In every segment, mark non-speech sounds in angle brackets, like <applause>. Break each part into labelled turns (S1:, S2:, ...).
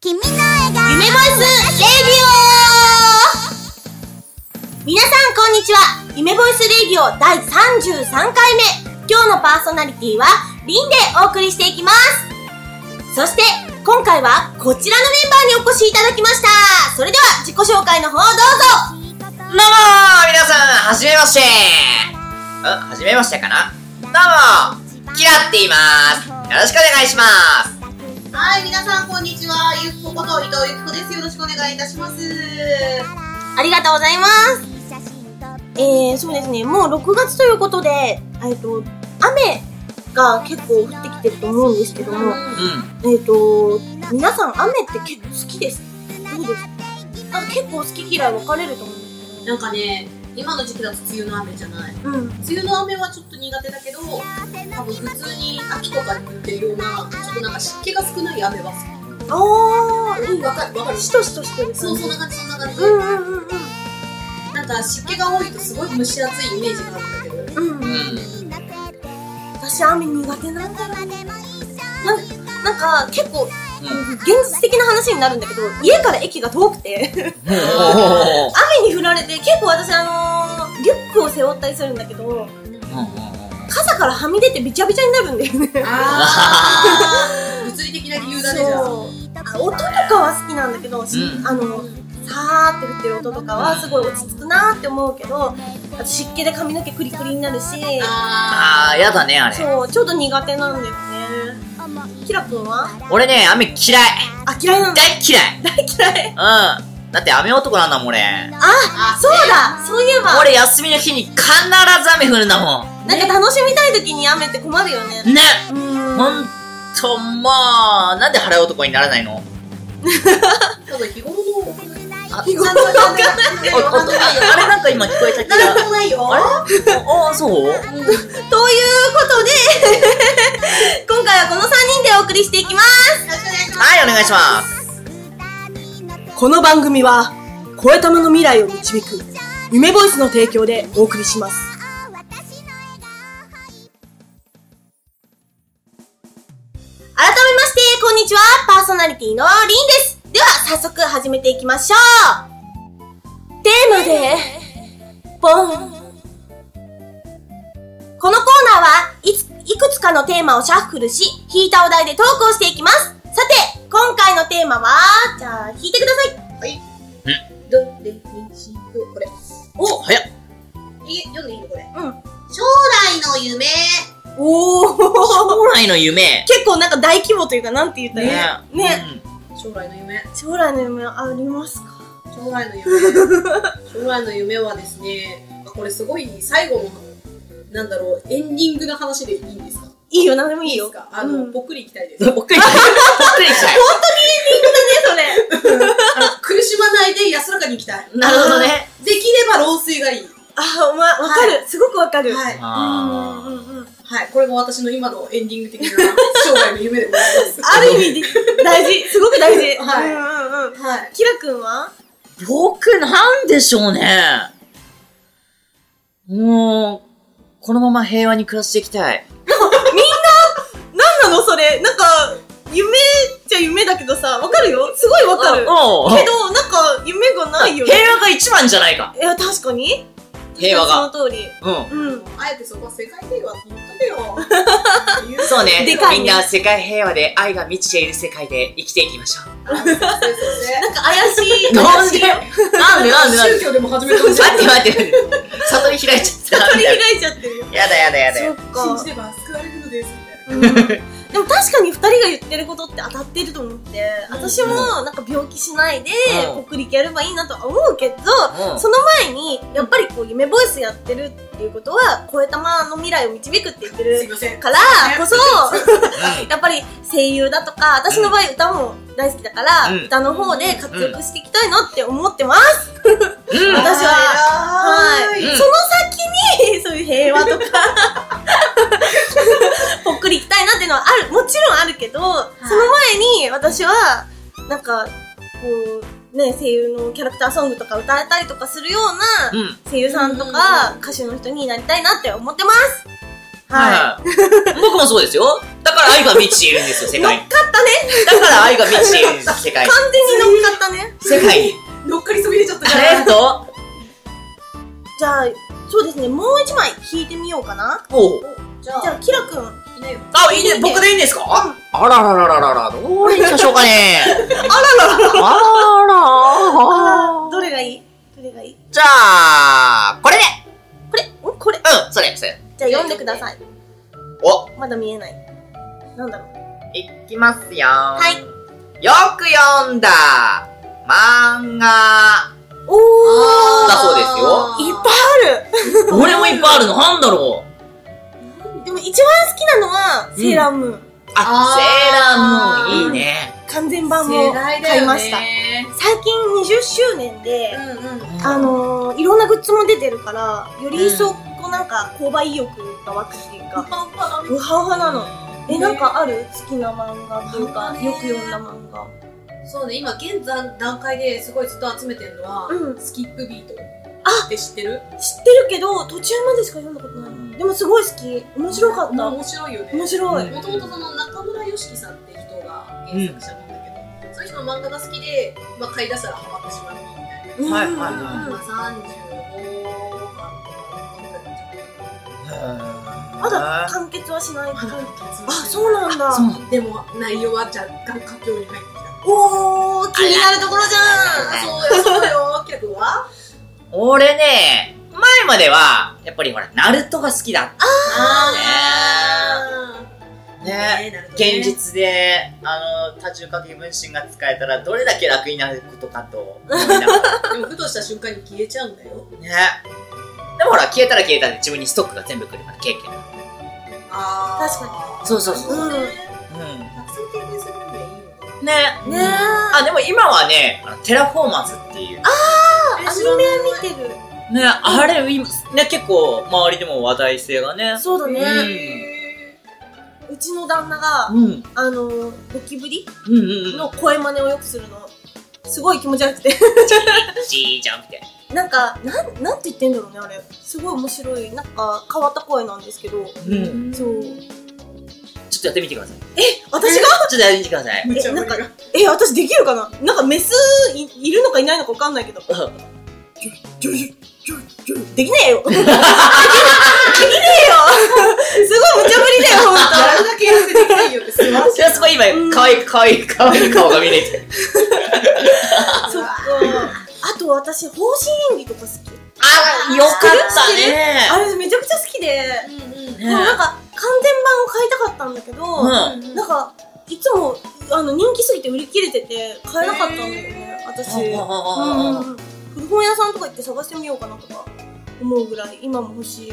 S1: 君の笑顔
S2: 夢ボイスレディオ皆さんこんにちは夢ボイスレディオ第33回目今日のパーソナリティはリンでお送りしていきますそして今回はこちらのメンバーにお越しいただきましたそれでは自己紹介の方どうぞ
S3: どうも皆さん、はじめましてんはじめましてかなどうもキラって言いますよろしくお願いします
S4: はい、皆さんこんにちは。ゆっここと伊藤ゆきこです。よろしくお願いいたします。
S2: ありがとうございますえー、そうですねもう6月ということでえっと雨が結構降ってきてると思うんですけども、
S3: うん。
S2: えっ、と、皆さん雨って結構好きです。どうですかあ結構好き嫌い分かれると思う。
S4: なんかね、今の時期だと梅雨の雨じゃない。
S2: うん。
S4: 梅雨の雨はちょっと苦手だけど、多分普通に秋とかに売ってるような、ちょっとなんか湿気が少ない雨は好
S2: あ
S4: き。うん、わかるわかる。
S2: ー、しとしとしてる。
S4: そう、そんな感じ、そんな感じ。
S2: うんうんうん
S4: なんか湿気が多いとすごい蒸し暑いイメージがあるんだけど。
S2: うん。うん。
S3: うん。
S2: 私雨苦手なんだよね。なんなんか結構、
S3: ん
S2: 現実的な話になるんだけど、家から駅が遠くて、
S3: おー
S2: 雨に降られて、結構私あのーリュックを背負ったりするんだけど、傘からはみ出てびちゃびちゃになるんだよね。
S4: あー。物理的な理由だね、じゃあ。
S2: あ音とかは好きなんだけど、し
S3: うん
S2: あのさーって降ってる音とかはすごい落ち着くなーって思うけどあと湿気で髪の毛クリクリになるし
S4: あ
S3: あー、やだね、あれ。
S2: そうちょっと苦手なんだよねキラくんは
S3: 俺ね、雨嫌い。
S2: あ嫌いなんだ
S3: 大嫌い。
S2: 大嫌い
S3: うん。だって雨男なんだもん、俺。
S2: あ
S4: あ
S2: そうだそういえば
S3: 俺、休みの日に必ず雨降るんだも
S2: なんか楽しみたい時に雨って困るよね
S3: ん。ね。
S2: うーん
S3: ほんと、まあ、なんで腹男にならない
S4: <laughs>
S3: の
S4: ー。ただ日頃のお金
S3: あ、
S2: 日頃
S4: なんともない
S3: ああああれなんか今聞こえた気
S4: なんと
S3: が。
S4: もないよ。
S3: あれああ、そう
S2: ということで <laughs> 今回はこの3人でお送りしていきます
S4: よろしくお願いします。
S3: はい、お願いします。
S2: この番組は声玉の未来を導く夢ボイスの提供でお送りします改めましてこんにちはパーソナリティのりんですでは早速始めていきましょうテーマでボンこのコーナーはいついくつかのテーマをシャッフルし引いたお題でトークをしていきますさて今回のテーマはじゃあ引いてください
S4: どれにしようこれ。
S3: お早っ。
S4: い読んでいいのこれ。
S2: うん
S4: 将来の夢。
S2: おお
S3: 将来の夢。
S2: 結構なんか大規模というかなんて言ったらいい
S3: え
S2: ね
S4: 将来の夢。
S2: 将来の夢ありますか
S4: 将来
S3: <laughs>
S4: の夢。将来の夢はですね、あこれすごい最後の、なんだろう、エンディングの話でいいんですか
S2: いいよ何でもいい
S4: で
S2: よ
S4: すかあの、
S2: うん
S4: ぽっくりいきたいで
S3: う
S4: す。
S3: ん。ぽっくりした。ぽっくり
S2: <laughs>
S3: したい。
S2: ねそれ
S4: あの、苦しまないで安らかに行きたい。
S3: <laughs> なるほどね。
S4: できれば老衰がいい。
S2: あお前わかる、すごくわかる、
S4: はい。
S2: うんう
S3: あ
S2: んうんうん
S4: はい。これが私の今のエンディング的な将来の夢でございます。
S2: ある意味で大事すごく大事
S4: はい
S2: うんうんうん
S3: <laughs>
S4: はい。
S2: キラくんは
S3: ー僕なんでしょうね。もう、このまま平和に暮らしていきたい。
S2: 何なのそれなんか夢じゃ夢だけどさわかるよすごいわかる
S3: お
S2: けどなんか夢がないよね
S3: 平和が一番じゃないか。
S2: いや確かに
S3: 平和が。
S2: その通り
S3: うん。
S2: うん
S4: あえてそこは世界平和って言っとけよ。言う
S3: <laughs> そうね。
S2: でかいね
S3: みんな世界平和で愛が満ちている世界で生きていきましょう。
S4: あそうそうそう
S2: なんか怪しい
S3: なん
S2: 怪し
S3: で
S2: いよ
S3: なんでなんでなんで
S4: 宗教でも始めたんじゃ
S3: 待って待って待
S2: <laughs>
S3: って。悟り開いちゃった。
S2: 悟り開いちゃってるよ
S3: やだやだやだ
S2: そっ
S3: や
S2: か
S4: 信じれば救われるのですみたいな。
S2: うんでも確かに2人が言ってることって当たってると思って私もなんか病気しないで
S3: うん
S2: 北陸やればいいなとは思うけど、
S3: うん
S2: その前にやっぱりこう夢ボイスやってるっていうことは声玉の未来を導くって言って
S4: すい
S2: る
S4: ません。
S2: からこそ
S3: だ。
S2: やっぱり声優だとか私の場合歌も大好きだから、
S3: うん
S2: 歌の方で活躍していきたいなって思ってます、
S3: うん。うん
S2: 私は
S4: は
S2: はい
S3: うん
S2: その先 <laughs> にそういう平和とかぽっくり行きたいなっていうのはあるもちろんあるけど、
S4: い
S2: その前に私はなんかこうね声優のキャラクターソングとか歌えたりとかするような
S3: うん。
S2: 声優さんと
S4: うん
S2: か歌手の人になりたいなって思ってますはい、
S3: はい。僕もそうですよ。だから愛が満ちているんですよ、世
S2: 乗っ
S3: 界
S2: か <laughs>
S3: に。
S2: ったね。
S3: だから愛が満ちているんです、世界に
S2: 完。全に乗っかったね。
S3: 世界に。
S4: 乗っかりそびれちゃったじ
S3: タ
S4: ゃ
S3: レン
S4: ん。
S3: ト
S2: じゃあ、そうですね、もう一枚引いてみようかな。
S3: おう
S2: じ
S4: じ
S2: ゃ
S4: ゃ
S2: あ、キラくん。
S4: あ、いないよ。
S3: あ、いいね、僕でいいんですかあらららららら、どれにしましょうかね。
S2: <laughs>
S3: あらららら。あら
S2: どれがいいどれがいい
S3: じゃあ、これで。
S2: これんこれ
S3: うん、それ、それ。
S2: じゃあ読んでください。
S3: お、
S2: まだ見えない。なんだろう。
S3: いきますよ。
S2: はい。
S3: よく読んだ漫画。
S2: おー
S3: だそうですよ
S2: いっぱ
S3: 俺もいっぱいあるの、なんだろう。
S2: いあるでも一番好きなのは、セーラームーン。
S3: あ、
S4: あー
S3: セーラームーン、いいね。
S2: 完全版も
S4: 世代だ
S2: 買い
S4: よ
S2: ました。
S4: ね。
S2: 最近20周年で、
S4: うんうん。
S2: あのー、いろんなグッズも出てるから、より一層、こうなんか、購買意欲が湧くっていうか、
S4: パンパン
S2: ウハウハなの。え、
S4: ね
S2: なんかある好きな漫画というか、
S4: 漫画ね
S2: よく読んだ漫画。
S4: そうね、今現在段階ですごいずっと集めてるのは、
S2: うん
S4: スキップビート。
S2: あ
S4: って知ってる
S2: 知ってるけど、途中までしか読んだことない。でもすごい好き。面白かっ
S4: まあ
S2: た。
S4: 面白いよね。
S2: 面白い。
S4: もともとその中村よしきさんって人が原作者なんだけど、そういう人の漫画が好きで、まあ、買い出したらハマってしまうみたいな。
S2: うん
S3: はいはいは
S4: 今35巻とかぐらいになっちゃった
S2: まだ完結はしない。あ、
S4: う
S2: そうなんだ。
S3: そう
S4: でも内容は若干佳境に入ってきた。
S2: おー、気になるところじゃん。
S4: そうよ、そうよ、客は。
S3: 俺ね、前までは、やっぱりほら、ナルトが好きだっ
S4: あ
S3: た。
S4: ー
S3: ね。
S4: なるほどね
S3: 現実で、あの、多重化け分身が使えたら、どれだけ楽になることかと思いながら。
S4: でもふとした瞬間に消えちゃうんだよ。
S3: ね。でもほら、消えたら消えたで自分にストックが全部来るから、経験。
S4: あ
S2: ー
S4: か
S3: そうそう
S2: そううん
S3: う
S4: たくさん経験する分にはいいよね。
S3: ん。ね。
S2: ねえ。あ、
S3: あ、でも今はね、あのテラフォーマンスっていう。
S2: アニメ見てる。
S3: ね、あれ、今、ね、結構、周りでも話題性がね。
S2: そうだ
S3: うん
S2: ね。うちの旦那が、
S3: うん。うん
S2: あのー、ゴキブリ
S3: うんうん。
S2: の声真似をよくするの。すごい気持ち悪くて。 <laughs>
S3: じいちゃんみたいな。
S2: なんか、なん、なんて言ってんだろうね、あれ。すごい面白い。なんか、変わった声なんですけど。
S3: うん。
S2: そう。
S3: ちょっとやってみてください。
S2: 私が
S3: ちょっとやってみてください。
S4: 無茶ぶ
S2: なん
S4: り
S2: か
S4: が。
S2: え、私できるかななんかメスいいるのかいないのかわかんないけど。ちょいちょいちょい <laughs> できねえよできねえよすごい無茶ぶりだよ、ほんと。
S4: あれだけやってできないよってすまん
S3: いや、すごい今、可愛い可愛い可愛い顔が見れてる。
S2: <laughs> そっか。あと私、方針演技とか好き。
S3: あ、よかったね。
S2: あれめちゃくちゃ好きで、
S4: うん
S3: ね
S2: もうなんか完全版を買いたかったんだけど、
S3: うん。
S4: うん。
S2: なんか、いつもあの人気すぎて売り切れてて買えなかったんだよね、私。うんうんうん古本屋さんとか行って探してみようかなとか思うぐらい、今も欲しい。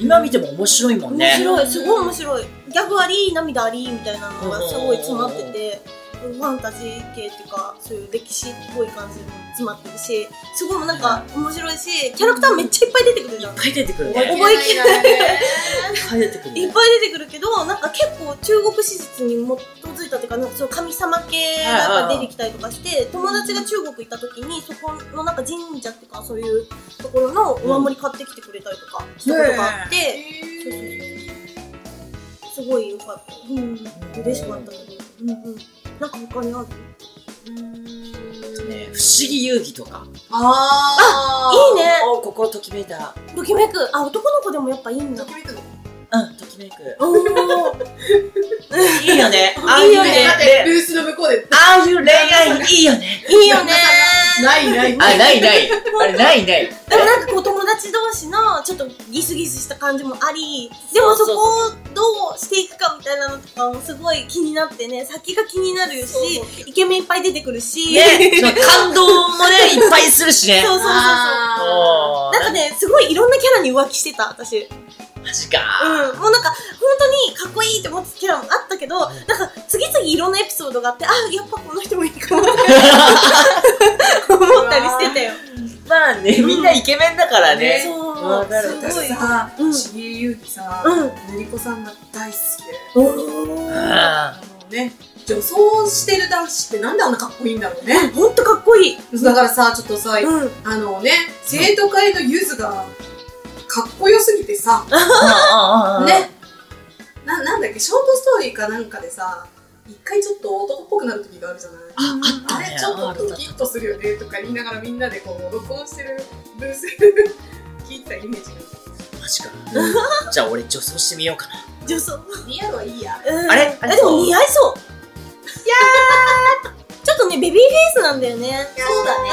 S3: 今見ても面白いもん
S2: 面
S3: ね。
S2: 白い、すごい面白い。ギャグあり、涙ありみたいなのがすごい詰まってて、ファンタジー系っていうか、そういう歴史っぽい感じも詰まってるし、すごいなんか面白いし、キャラクターめっちゃいっぱい出てくるじゃん。
S3: いっぱい出てくるね。
S2: 覚えきれない
S3: いっぱい出てくる
S2: いっ
S3: ね。
S2: ぱい出てくるけど、なんか結構中国史実に基づいたというか、なんかその神様系がやっぱ出てきたりとかして、友達が中国行った時に、そこのなんか神社っていうか、そういうところのお守り買ってきてくれたりとかしたことがあって、そうそうそうすごい良かった。うん。嬉しかったけど。うんうん。なんか他にある
S3: ね不思議遊戯とか。
S4: あ
S2: いいね
S3: お、ここ、ときめいた。
S2: ときめく。あ、男の子でもやっぱいいんだ。
S3: うん、ときめく。
S2: おー。
S3: いいよね。ああ
S2: い
S3: い
S2: いうよ
S3: よ
S2: ね
S4: だってル
S3: ね。
S4: ースの向こうで
S3: ああいう恋愛いいよね。
S2: <laughs> いいよね
S4: ないない
S3: あ、ないない。あれ、ないない。
S2: でもなんかこう友達同士のちょっとギスギスした感じもあり、でもそこをどうしていくかみたいなのとかもすごい気になってね、先が気になるし
S4: そうそ、
S2: イケメンいっぱい出てくるし、
S3: ね、その感動もね、いっぱいするしね。
S2: そうそうそうそう。な
S4: あ
S3: おー
S2: んかね、すごいいろんなキャラに浮気してた、私。
S3: マジか。
S2: うん、もうなんか、本当にかっこいいって思ってたキャラもあったけど、なんか、次々いろんなエピソードがあって、あ、やっぱこの人もいいかもって思ったりしてたよ。
S3: まあね、みんなイケメンだからね。
S2: そ
S3: わ
S2: う、
S3: かる
S2: すご
S4: 私
S2: い。
S4: さ
S2: うん
S4: 重井ゆうきさ
S2: う
S4: ぬりこさんが大好きで
S3: う
S2: お
S3: ん
S2: ー
S4: あのね女装してる男子ってなんであんなかっこいいんだろうね
S2: ほんとかっこいい。
S4: だからさちょっとさ
S2: うん。
S4: あのね生徒会のゆずがかっこよすぎてさ
S3: うんうんうんうん
S4: ね。ななんだっけショートストーリーかなんかでさ一回ちょっと男っぽくなる時があるじゃない
S2: あ
S4: あ
S3: ね
S4: れちょっとドキッとするよねとか言いながらみんなでこう録音してるブース <laughs> 聞いてたイメージが
S3: マジか。じゃあ俺女装してみようかな。
S2: 女装。
S4: リアルはいいや
S2: うん
S3: あれ
S2: あ
S3: あれ
S2: でも似合いそう。いや <laughs> ー。ちょっとね、ベビーフェイスなんだよね。
S4: そうだね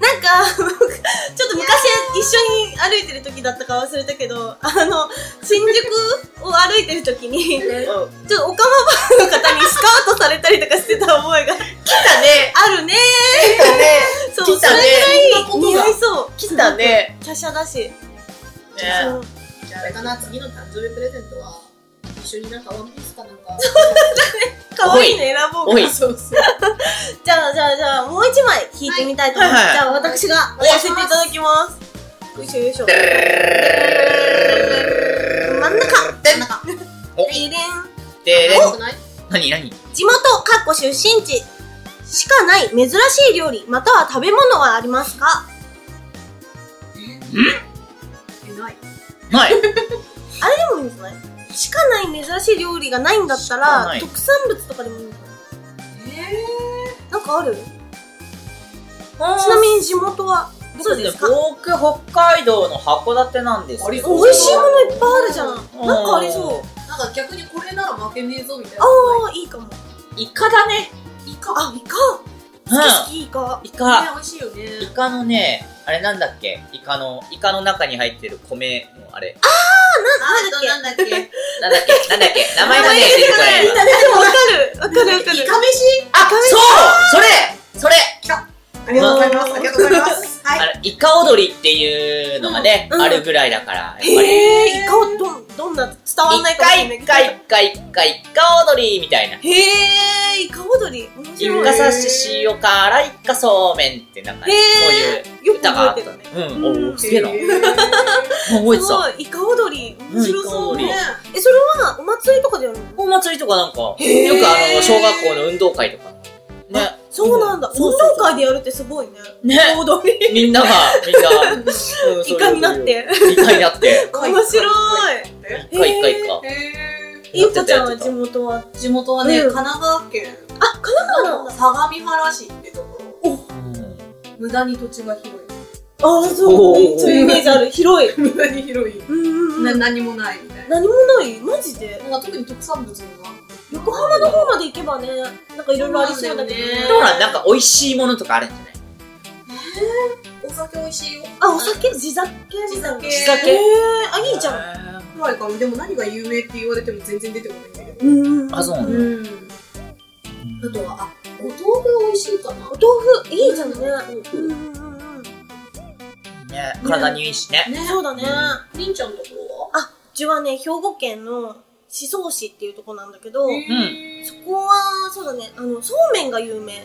S2: なんか、ちょっと昔一緒に歩いてる時だったか忘れたけど、あの、新宿を歩いてる時に、ちょっとオカマバーの方にスカウトされたりとかしてた覚えが
S3: 来たね
S2: あるね
S3: 来たね
S2: ー。そう、
S3: 来
S2: それ
S3: たね
S2: ぐらい似合いそう。
S3: 来たね
S2: 華奢だし。
S3: ね
S2: そう
S4: じゃああれかな次の誕生日プレゼントは一緒になんかワンピースかなんか
S2: 可愛いの選ぼうか
S3: おい
S4: そうそう
S2: じゃあ、じゃあ、じゃあ、もう一枚引いてみたいと思います。
S3: はいはい
S2: じゃあ、私がやらせていただきます。よいしょよいしょ。真ん中。
S4: なんか
S3: お
S2: でれん。
S3: で
S4: よくない
S3: 何何
S2: 地元、かっこ出身地しかない珍しい料理、または食べ物はありますか
S4: えない
S3: <laughs> ない
S2: あれでもいいんじゃないしかない珍しい料理がないんだった
S3: しからな、い
S2: 特産物とかでもいいんじゃない
S4: え
S2: なんかある
S3: ち
S2: ちなみに地元はどうですか
S3: 僕北海道の函館なんですけど
S2: お美味しいものいっぱいあるじゃん。
S3: うん
S2: なんかありそう。
S4: ー、なんか逆にこれなら負けねえぞみたいな
S2: ああ、いいかも。
S3: イカだね
S4: いいか
S2: あ、イカ。
S3: うん
S2: 好き好き、イカ。
S3: イ
S4: ね
S3: カ
S4: 美味しいよね
S3: イカのねあれなんだっけイカのイカの中に入ってる米のあれ
S4: あとなんだっけ
S3: なんだっけなんだっけ名前がね出てこない
S2: でもわかる。わかるわかる。
S4: イカ飯
S3: あそうそれそれ
S4: ありがとうございますありがとうございますはい
S3: あのイカ踊りっていうのがね、
S2: うん
S3: あるぐらいだから、やっぱり。
S2: へえ、イカをどん、どんな伝わんない
S3: 一
S2: かもしれない
S3: 回
S2: け
S3: 一
S2: ど。
S3: 回一回一回イカ踊りみたいな。
S2: へえ、イカ踊り。面
S3: イ
S2: 白い。
S3: カ刺し塩辛イカそうめんってなんか、ね、そう
S2: へ
S3: い
S2: え
S3: う、
S2: よく
S3: 歌が
S2: 覚
S3: あ
S2: え
S3: ってた
S2: るね。う
S3: ね。う
S2: ん
S3: ん、おーすげえな。もう覚えて
S2: すご
S3: た。
S2: い、イカ踊り。面白そう。
S3: うんイカ踊り
S2: ねえ、それはお祭りとかでやるの
S3: お祭りとかなんか、よく
S2: へえ
S3: あの、小学校の運動会とか。ね。
S2: そうなんだ。運
S3: そう
S2: 動
S3: そうそう
S2: 会でやるってすごいね。
S3: ね
S2: イカ踊り。
S3: みんなが、みんな、うん
S2: イカになっ。て。
S3: そういうイカにな
S2: <laughs>
S3: って。
S4: うん
S2: <laughs> 面白い。
S4: え
S3: 一回一回イカ。
S4: え
S2: ゆうこちゃん
S3: や
S2: は
S3: ってた
S2: 地元は
S4: ー、地元はね、
S2: うん
S4: 神奈川県
S2: あ、神奈川なんだ。
S4: 相模原市ってところ
S3: うん
S4: 無駄に土地が広い
S2: ああ、そう。
S3: おー
S2: そういうイメージある。広い。
S4: 無駄に広い、
S2: うんうんう。
S4: なん何もないみたいな
S2: 何もないマジで
S4: なんか特に特産物が
S2: 横浜の方まで行けばね、なんかいろいろありそうだけどね。
S3: どうなんなんか美味しいものとかあるんじゃない
S4: お酒美味しいよ
S2: あ、お酒地酒みたいな
S4: 地酒
S2: 地酒えー、あ、いいじゃん。
S3: ゃん。
S4: くらいかなでも何が有名って言われても全然出てこないんだけど
S2: うん
S3: あ、そうな
S4: うん
S3: だ。
S4: んあとはあお豆腐美味しいかな
S2: お豆腐、いいじゃんね。
S4: う
S2: うんんうんうんうん。
S3: ね、体にいいしね。
S4: ね
S2: そうだね。
S4: りんちゃんのとこ
S2: うちはね、兵庫県の宍粟市っていうとこなんだけど、
S4: ろは
S3: ん
S2: そこは、そうだね、あの、そうめんが有名。へは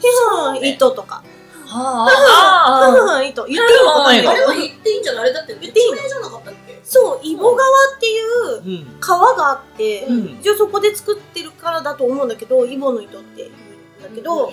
S3: そう
S2: ー
S3: めん
S2: ん、糸とか。は
S3: あ
S2: <laughs> はーん、糸。言っていいのか
S3: はーん糸
S2: な
S4: あれは言っていいんじゃないあれだって
S2: 言っていいの
S4: 別名じゃなかったっけ
S2: そう、揖保川っていう
S3: うん。
S2: 川があって、
S3: うん
S2: 一応そこで作ってるからだと思うんだけど、揖保の糸って言うんだけど、
S4: ん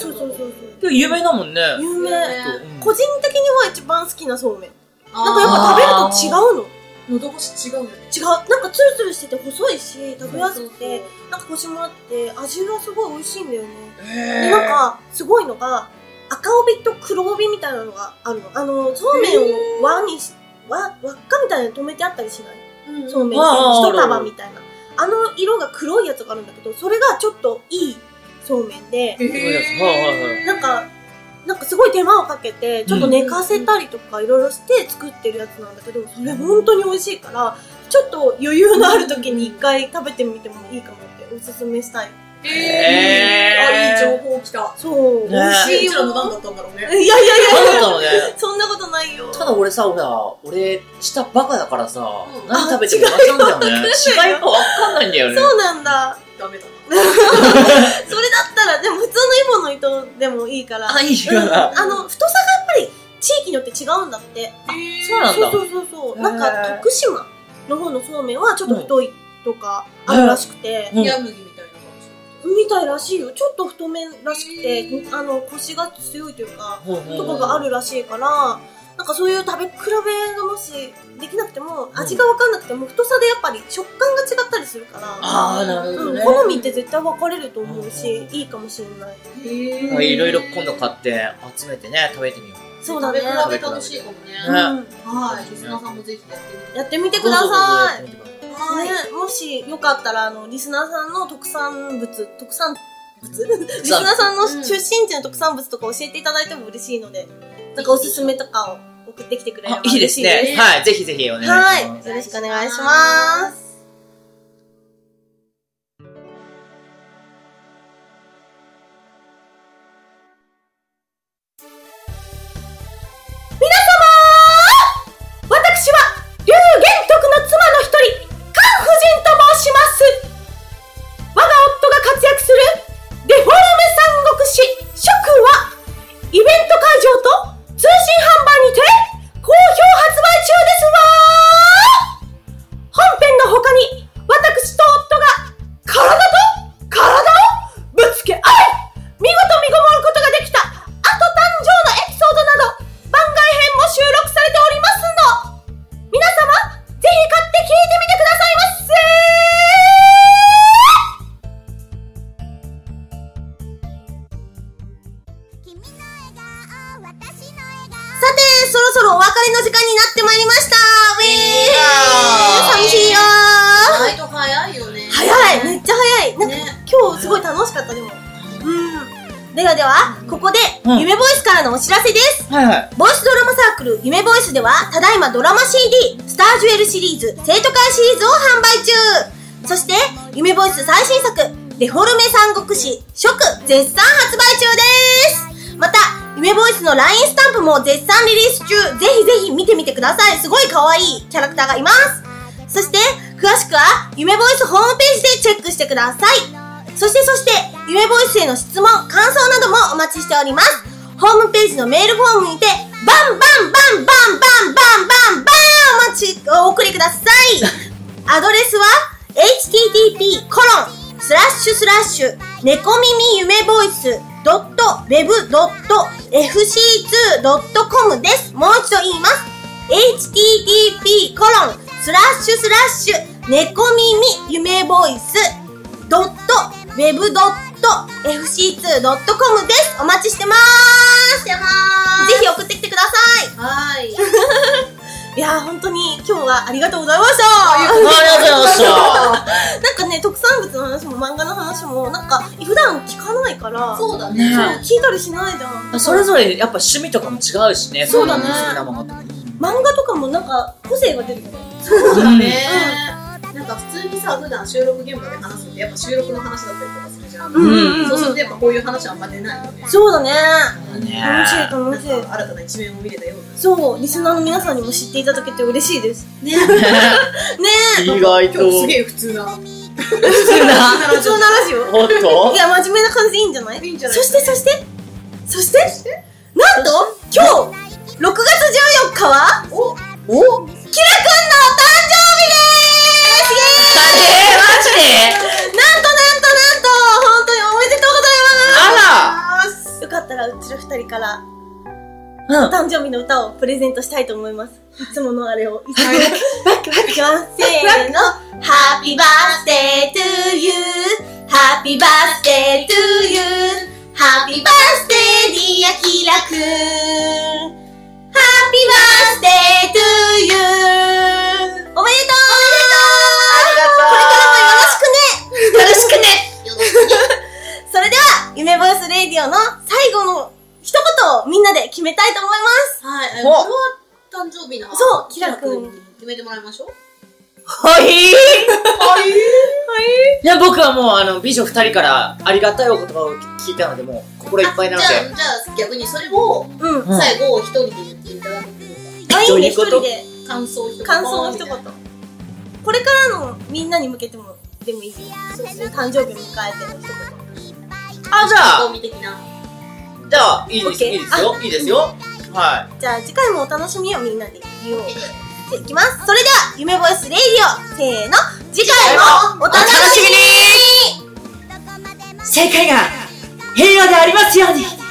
S2: そうそうそう
S3: でも有名だもんね。
S2: そう。有名。
S3: うん
S2: 個人的には一番好きなそうめん。なんかやっ
S4: あ
S2: ぱ食べると違うの。
S4: ー喉越し違うよね
S2: 違う。なんかツルツルしてて細いし、食べやす
S4: そう
S2: く
S4: そう
S2: て、なんかコシもあって、味がすごい美味しいんだよね。
S3: へ
S2: で、
S3: ー
S2: なんか、すごいのが、赤帯と黒帯みたいなのがあるの。あの、そうめんを輪にし、輪、輪っかみたいなのに止めてあったりしない
S4: うん
S2: そうめん
S3: あああ
S2: 一
S3: るある
S2: 束みたいな。あの色が黒いやつがあるんだけど、それがちょっといいそうめんで、
S4: へ
S3: そうですはいはいは
S2: なんか、なんかすごい手間をかけて、ちょっと寝かせたりとかいろいろして作ってるやつなんだけど、それ本当に美味しいから、ちょっと余裕のある時に一回食べてみてもいいかもっておすすめしたい。
S4: へ
S3: へー
S4: ーあいい情報来た
S2: そう、美
S3: ね
S2: 味しい
S4: ちら
S2: よ。
S4: の何だったんだろうね
S2: いやいやいやい
S3: なんだ
S2: や、
S3: ったのね。
S2: そんなことないよ。
S3: ただ俺さ、ほら、俺、下バカだからさ
S4: う、ん
S3: 何食べても同じなんだよね。
S2: 違う
S3: 違いかわかんないんだよね。
S2: そうなん <laughs> だ。
S4: ダメだな
S2: それだったら、でも普通のイボの糸でもいいから。
S3: あ、いい
S2: うん
S3: よな。
S2: あの、太さがやっぱり地域によって違うんだって。
S3: そうなんだ
S2: そうそうそうそう。
S3: へー
S2: なんか、徳島の方のそうめんはちょっと太いとかあるらしくて、
S3: うん
S4: ヤムギみたいな感じ
S2: みたいらしいよ。ちょっと太麺らしくて、あの、腰が強いというか、
S3: うんうんうん
S2: とかがあるらしいから、なんかそういう食べ比べがもしできなくても、味が分かんなくても太さでやっぱり食感が違ったりするから、
S3: あー、なるほど
S2: うん、
S3: ね。
S2: 好みって絶対分かれると思うし、いいかもしれない。
S4: へ
S3: はいいろいろ今
S4: 今
S3: 度買って集めてね、食べてみよう。
S2: そうだ
S4: 食
S2: ね
S4: べ。比べ楽しいかもね。
S3: ね
S2: うん
S4: はい。リスナーさんもぜひやってみて。
S2: やってみてください。
S3: どうぞどうぞやってみてください。
S4: はい。
S2: ね、もしよかったらあのリスナーさんの特産物特産 <laughs> 物リスナーさんの出身地の特産物とか教えていただいても嬉しいので、なんかおすすめとかを送ってきてくれれば
S3: あいいで
S2: 嬉
S3: す
S2: し
S4: い
S3: ね。
S4: です
S3: はい、ぜひぜひお願いします。
S2: はい、よろしくお願いします。皆様私は、龍玄徳の妻の一人、関夫人と申します。我が夫が活躍する、デフォルメ三国志、諸君は、イベント会場と通信販売にて好評発売中ですわー本編の他に私と夫が体と体をぶつけ合い見事見ごもることができた後誕生のエピソードなど番外編も収録されておりますの皆様ぜひ買って聞いてみてくださいませ
S1: 君の笑顔私の笑顔
S2: さて、そろそろお別れの時間になってまいりました。ウィーン寂しいよー
S4: 意外と早いよね。
S2: 早いめっちゃ早いなんか
S4: ね
S2: 今日すごい楽しかったでも。うん。ではでは、ここで
S3: うん、
S2: 夢ボイスからのお知らせです。
S3: はいはい。
S2: ボイスドラマサークル、夢ボイスでは、ただいまドラマ CD、スタージュエルシリーズ、生徒会シリーズを販売中そして、夢ボイス最新作、デフォルメ三国志、食、絶賛発売中ですまた、夢ボイスの LINE スタンプも絶賛リリース中ぜひぜひ見てみてくださいすごい可愛いキャラクターがいますそして、詳しくは、夢ボイスホームページでチェックしてくださいそしてそして、夢ボイスへの質問、感想などもお待ちしております。ホームページのメールフォームにて、バンバンバンバンバンバンバンバンお待ち、お送りください。アドレスは、http:// コロンスラッシュスラッシュ、猫耳夢ボイス .web.fc2.com です。もう一度言います。http:// コロンスラッシュスラッシュ、猫耳夢ボイス .web.fc2.com です。お待ちしてまーす。
S4: してます。
S2: ぜひ送ってきてくださ
S4: はい。
S2: <laughs> い。いやー、本当に今日はありがとうございまし
S3: あり
S2: た。
S3: がとうございました。
S2: なんかね、特産物の話も漫画の話も、なんか普段聞かないから、
S4: そうだ
S3: ね
S4: ね。
S2: 聞いたりしないじゃ <laughs> ん。
S3: それぞれやっぱ趣味とかも違うしね。
S2: そうだね
S3: 好きなものとか。
S2: 漫画とかもなんか個性が出るよね。
S4: そうだね。なんか普通にさ、普段収録現場で話すって、やっぱ収録の話だったりとかするじゃん。
S3: ん
S4: そうするとやっぱこういう話はあんま出ないよね。
S2: そうだね。
S3: そうだね
S2: 楽しい楽し
S4: ないん。か新たな一面を見れたような。
S2: そう、リスナーの皆さんにも知っていただけて嬉しいです。ねね
S3: 意外
S4: 今日す
S3: と。
S4: げえ普通な。
S3: 普通 <laughs> な。
S2: 普通なラジオ
S3: おっと
S2: いや、真面目な感じでいいんじゃない
S4: いいんじゃない
S2: そして、そして、そして、なんと、今日、6月14日は、おおキラくんのお誕生日です
S3: えー、マジで
S2: イエーイなんとなんとなんと、本当におめでとう
S3: あ
S2: ございますよかったら、うちら二人から、
S3: ら
S2: お誕生日の歌をプレゼントしたいと思います。いつものあれを。いきますせーの。Happy birthday to you.Happy birthday to you.Happy birthday dear キラくん。Happy birthday to you. おめでとうおめでとうこれからもよろしくねよろしくねそれでは、夢ボイスレディオの最後の一言をみんなで決めたいと思います。
S4: はい。
S3: お
S4: これは誕生日な。
S2: そうキラ君
S4: に決めてもらいましょう。
S3: はい
S4: はい。
S3: いや、僕はもう、あの、美女二人からありがたいお言葉を聞いたので、もう、心いっぱいなので。
S4: じゃあ、じゃあ逆にそれを
S2: うん。
S3: うん
S4: 最後一人で言っていただくという
S2: あ、いいね、一
S3: どういうこ
S2: 人
S3: と
S2: で。
S4: か感想を一言。
S2: 感想を一言。これからのみんなに向けても、でもいいよ。そうですね。誕生日を迎えての一言。
S3: あ、じゃ
S4: 興味的な。
S3: あ、じゃあ、いいです、
S2: OK
S3: いいですよ、いいですよ。は
S2: じゃあ次回もお楽しみをみんなで言おう。じゃあいきます。それでは、夢ボイスレイディオ、せーの。次回もお楽しみに
S3: い。世界が平和でありますように